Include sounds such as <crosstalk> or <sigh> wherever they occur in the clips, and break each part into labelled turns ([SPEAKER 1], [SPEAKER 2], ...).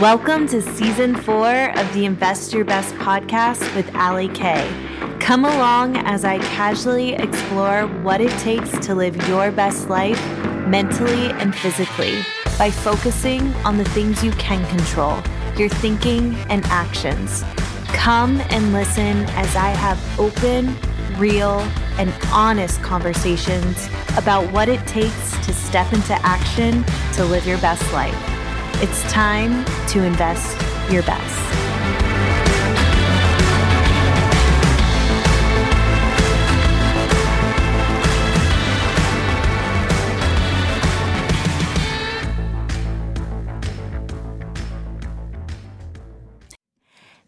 [SPEAKER 1] Welcome to season four of the Investor Best podcast with Ali Kay. Come along as I casually explore what it takes to live your best life mentally and physically by focusing on the things you can control your thinking and actions. Come and listen as I have open, real, and honest conversations about what it takes to step into action to live your best life. It's time to invest your best.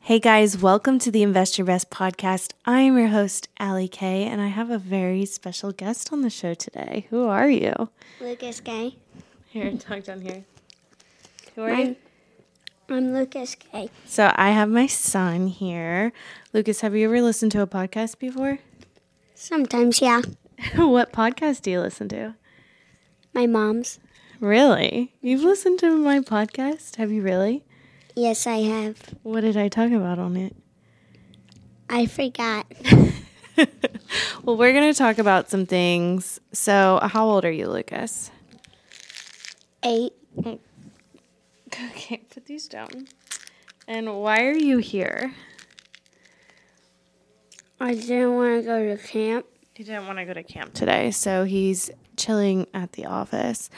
[SPEAKER 1] Hey guys, welcome to the Investor Best podcast. I am your host, Ali Kay, and I have a very special guest on the show today. Who are you?
[SPEAKER 2] Lucas Gay.
[SPEAKER 1] Here, talk down here. Who are you?
[SPEAKER 2] I'm, I'm Lucas Gay.
[SPEAKER 1] So I have my son here. Lucas, have you ever listened to a podcast before? <laughs>
[SPEAKER 2] Sometimes, yeah.
[SPEAKER 1] what podcast do you listen to?
[SPEAKER 2] My mom's.
[SPEAKER 1] Really? You've listened to my podcast? Have you really?
[SPEAKER 2] Yes, I have.
[SPEAKER 1] What did I talk about on it?
[SPEAKER 2] I forgot.
[SPEAKER 1] well, we're going to talk about some things. So, how old are you, Lucas?
[SPEAKER 2] Eight.
[SPEAKER 1] Okay, put these down. And why are you here?
[SPEAKER 2] I didn't want to go to camp.
[SPEAKER 1] He didn't want to go to camp today, so he's chilling at the office.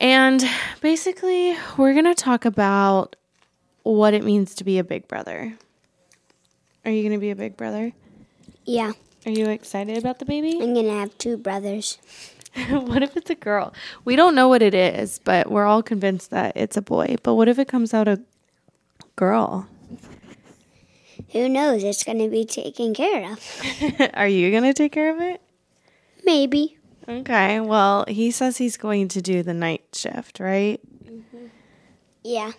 [SPEAKER 1] And basically, we're going to talk about what it means to be a big brother. Are you going to be a big brother?
[SPEAKER 2] Yeah.
[SPEAKER 1] Are you excited about the baby? <laughs>
[SPEAKER 2] I'm going to have two brothers.
[SPEAKER 1] what if it's a girl? We don't know what it is, but we're all convinced that it's a boy. But what if it comes out a girl?
[SPEAKER 2] Who knows? It's going to be taken care of.
[SPEAKER 1] Are you going to take care of it?
[SPEAKER 2] Maybe.
[SPEAKER 1] Okay. Well, he says he's going to do the night shift, right?
[SPEAKER 2] Yeah.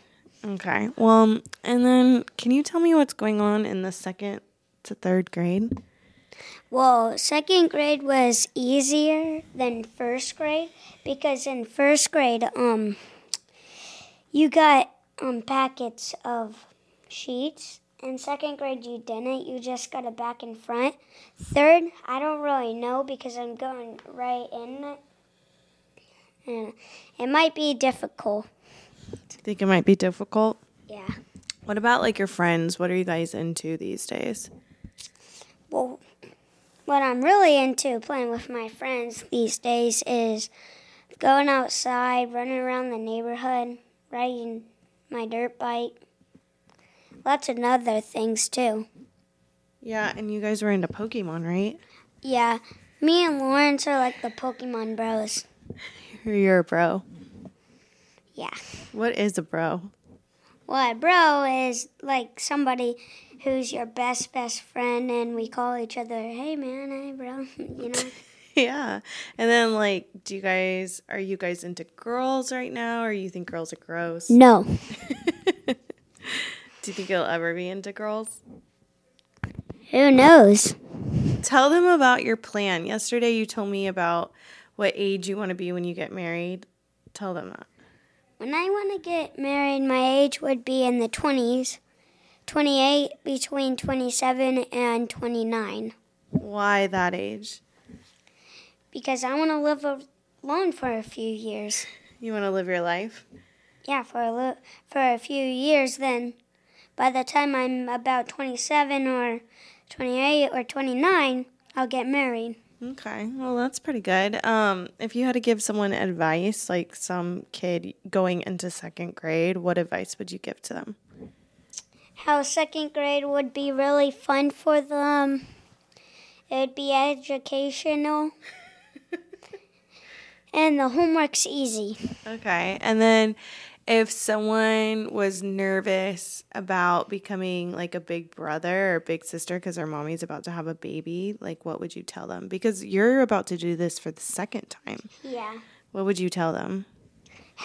[SPEAKER 1] Okay. Well, and then can you tell me what's going on in the second to third grade?
[SPEAKER 2] Well, second grade was easier than first grade because in first grade, um, you got um packets of sheets. In second grade, you didn't. You just got a back and front. Third, I don't really know because I'm going right in it, and it might be difficult.
[SPEAKER 1] Do you think it might be difficult?
[SPEAKER 2] Yeah.
[SPEAKER 1] What about like your friends? What are you guys into these days?
[SPEAKER 2] Well, what I'm really into playing with my friends these days is going outside, running around the neighborhood, riding my dirt bike. Lots of other things too.
[SPEAKER 1] Yeah, and you guys were into Pokemon, right?
[SPEAKER 2] Yeah, me and Lawrence are like the Pokemon bros.
[SPEAKER 1] You're a bro.
[SPEAKER 2] Yeah.
[SPEAKER 1] What is a bro?
[SPEAKER 2] Well, a bro is like somebody who's your best best friend, and we call each other, "Hey man, hey bro," <laughs> you know.
[SPEAKER 1] <laughs> Yeah. And then like, do you guys are you guys into girls right now or you think girls are gross? Do
[SPEAKER 2] No.
[SPEAKER 1] you think you'll ever be into girls?
[SPEAKER 2] Who knows?
[SPEAKER 1] Tell them about your plan. Yesterday you told me about what age you want to be when you get married. Tell them that.
[SPEAKER 2] When I want to get married, my age would be in the 20s, 28, between 27 and 29,
[SPEAKER 1] Why that age?
[SPEAKER 2] because I want to live alone for a few years.
[SPEAKER 1] You want to live your life?
[SPEAKER 2] Yeah, for a li- for a few years then. By the time I'm about 27 or 28 or 29, I'll get married.
[SPEAKER 1] Okay. Well, that's pretty good. Um if you had to give someone advice, like some kid going into second grade, what advice would you give to them?
[SPEAKER 2] how second grade would be really fun for them. It would be educational. and the homework's easy.
[SPEAKER 1] Okay. And then if someone was nervous about becoming like a big brother or big sister because their mommy's about to have a baby, like what would you tell them? Because you're about to do this for the second time.
[SPEAKER 2] Yeah.
[SPEAKER 1] What would you tell them?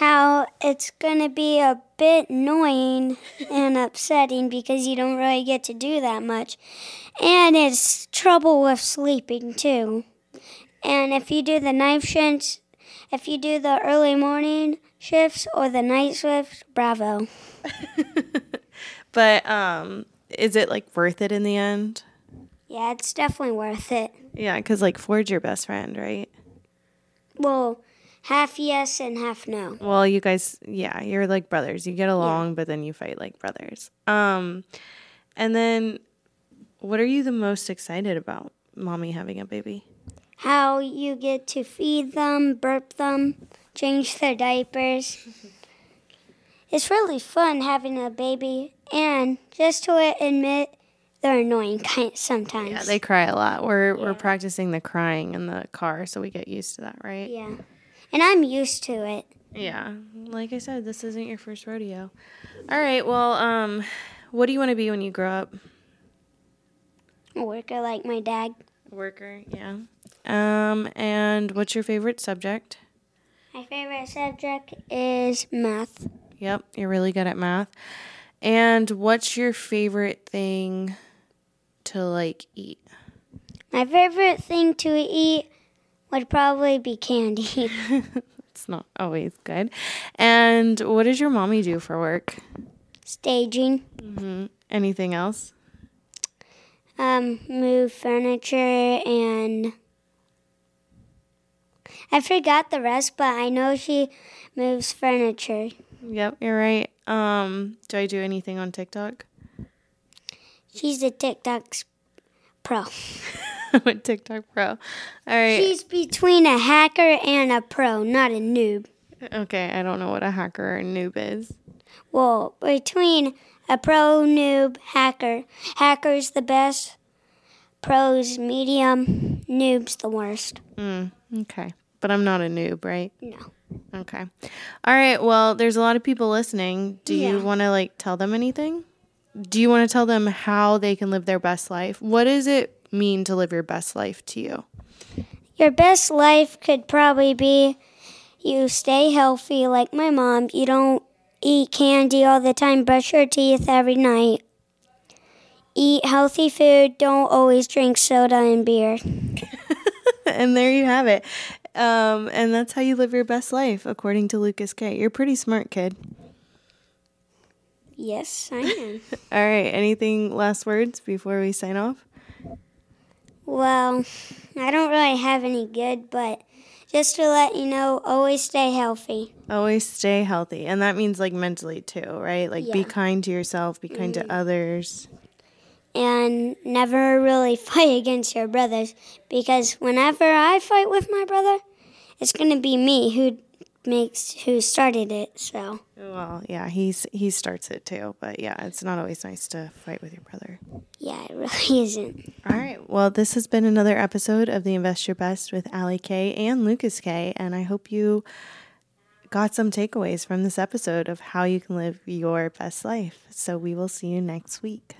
[SPEAKER 2] How it's going to be a bit annoying and upsetting because you don't really get to do that much. And it's trouble with sleeping too. And if you do the night shifts, if you do the early morning shifts or the night shifts, bravo.
[SPEAKER 1] But um, is it like worth it in the end?
[SPEAKER 2] Yeah, it's definitely worth it.
[SPEAKER 1] Yeah, because like Ford's your best friend, right?
[SPEAKER 2] Well, half yes and half no.
[SPEAKER 1] Well, you guys, yeah, you're like brothers. You get along, but then you fight like brothers. Um, and then, what are you the most excited about? Mommy having a baby.
[SPEAKER 2] How you get to feed them, burp them, change their
[SPEAKER 1] <laughs>
[SPEAKER 2] diapers. It's really fun having a baby, and just to admit, they're annoying <laughs> kind sometimes.
[SPEAKER 1] Yeah, they cry a lot. We're we're practicing the crying in the car, so we get used to that, right?
[SPEAKER 2] Yeah. And I'm used to it.
[SPEAKER 1] Yeah. Mm-hmm. Like I said, this isn't your first rodeo. All right. Well, um, what do you want to be when you grow up?
[SPEAKER 2] A worker like my dad.
[SPEAKER 1] Worker. Yeah. Um, and what's your favorite subject?
[SPEAKER 2] My favorite subject is math.
[SPEAKER 1] Yep, you're really good at math. And what's your favorite thing to like eat?
[SPEAKER 2] My favorite thing to eat would probably be candy. <laughs>
[SPEAKER 1] It's not always good. And what does your mommy do for work?
[SPEAKER 2] Staging,
[SPEAKER 1] Anything else?
[SPEAKER 2] um, move furniture, and I forgot the rest, but I know she moves furniture.
[SPEAKER 1] Yep, you're right. Um, do I do anything on TikTok? <laughs>
[SPEAKER 2] She's a TikTok pro.
[SPEAKER 1] I'm a TikTok pro. All right.
[SPEAKER 2] She's between a hacker and a pro, not a noob.
[SPEAKER 1] okay, I don't know what a hacker or noob is.
[SPEAKER 2] Well, between a pro, noob, hacker. Hacker's the best, pro's medium, noob's the worst.
[SPEAKER 1] Okay. But I'm not a noob, right?
[SPEAKER 2] No.
[SPEAKER 1] Okay. All right. Well, there's a lot of people listening. Do you
[SPEAKER 2] Yeah.
[SPEAKER 1] want to like tell them anything? Do you want to tell them how they can live their best life? What does it mean to live your best life to you? <laughs>
[SPEAKER 2] Your best life could probably be you stay healthy like my mom. You don't eat candy all the time, brush your teeth every night. Eat healthy food, don't always drink soda and beer.
[SPEAKER 1] and there you have it. Um, and that's how you live your best life, according to Lucas K. You're a pretty smart, kid.
[SPEAKER 2] Yes, I am.
[SPEAKER 1] All right. Anything last words before we sign off?
[SPEAKER 2] Well, I don't really have any good, but just to let you know, always stay healthy.
[SPEAKER 1] Always stay healthy. And that means like mentally too, right? Like be
[SPEAKER 2] Yeah.
[SPEAKER 1] kind to yourself, be kind to others.
[SPEAKER 2] And never really <laughs> fight against your brothers because whenever I fight with my brother, it's going to be me who makes who started it. So,
[SPEAKER 1] Well, yeah, he's he starts it too, but yeah, it's not always nice to fight with your brother.
[SPEAKER 2] yeah, it really <laughs> isn't.
[SPEAKER 1] All right. Well, this has been another episode of the Invest Your Best with Allie K and Lucas K, and I hope you got some takeaways from this episode of how you can live your best life. So we will see you next week.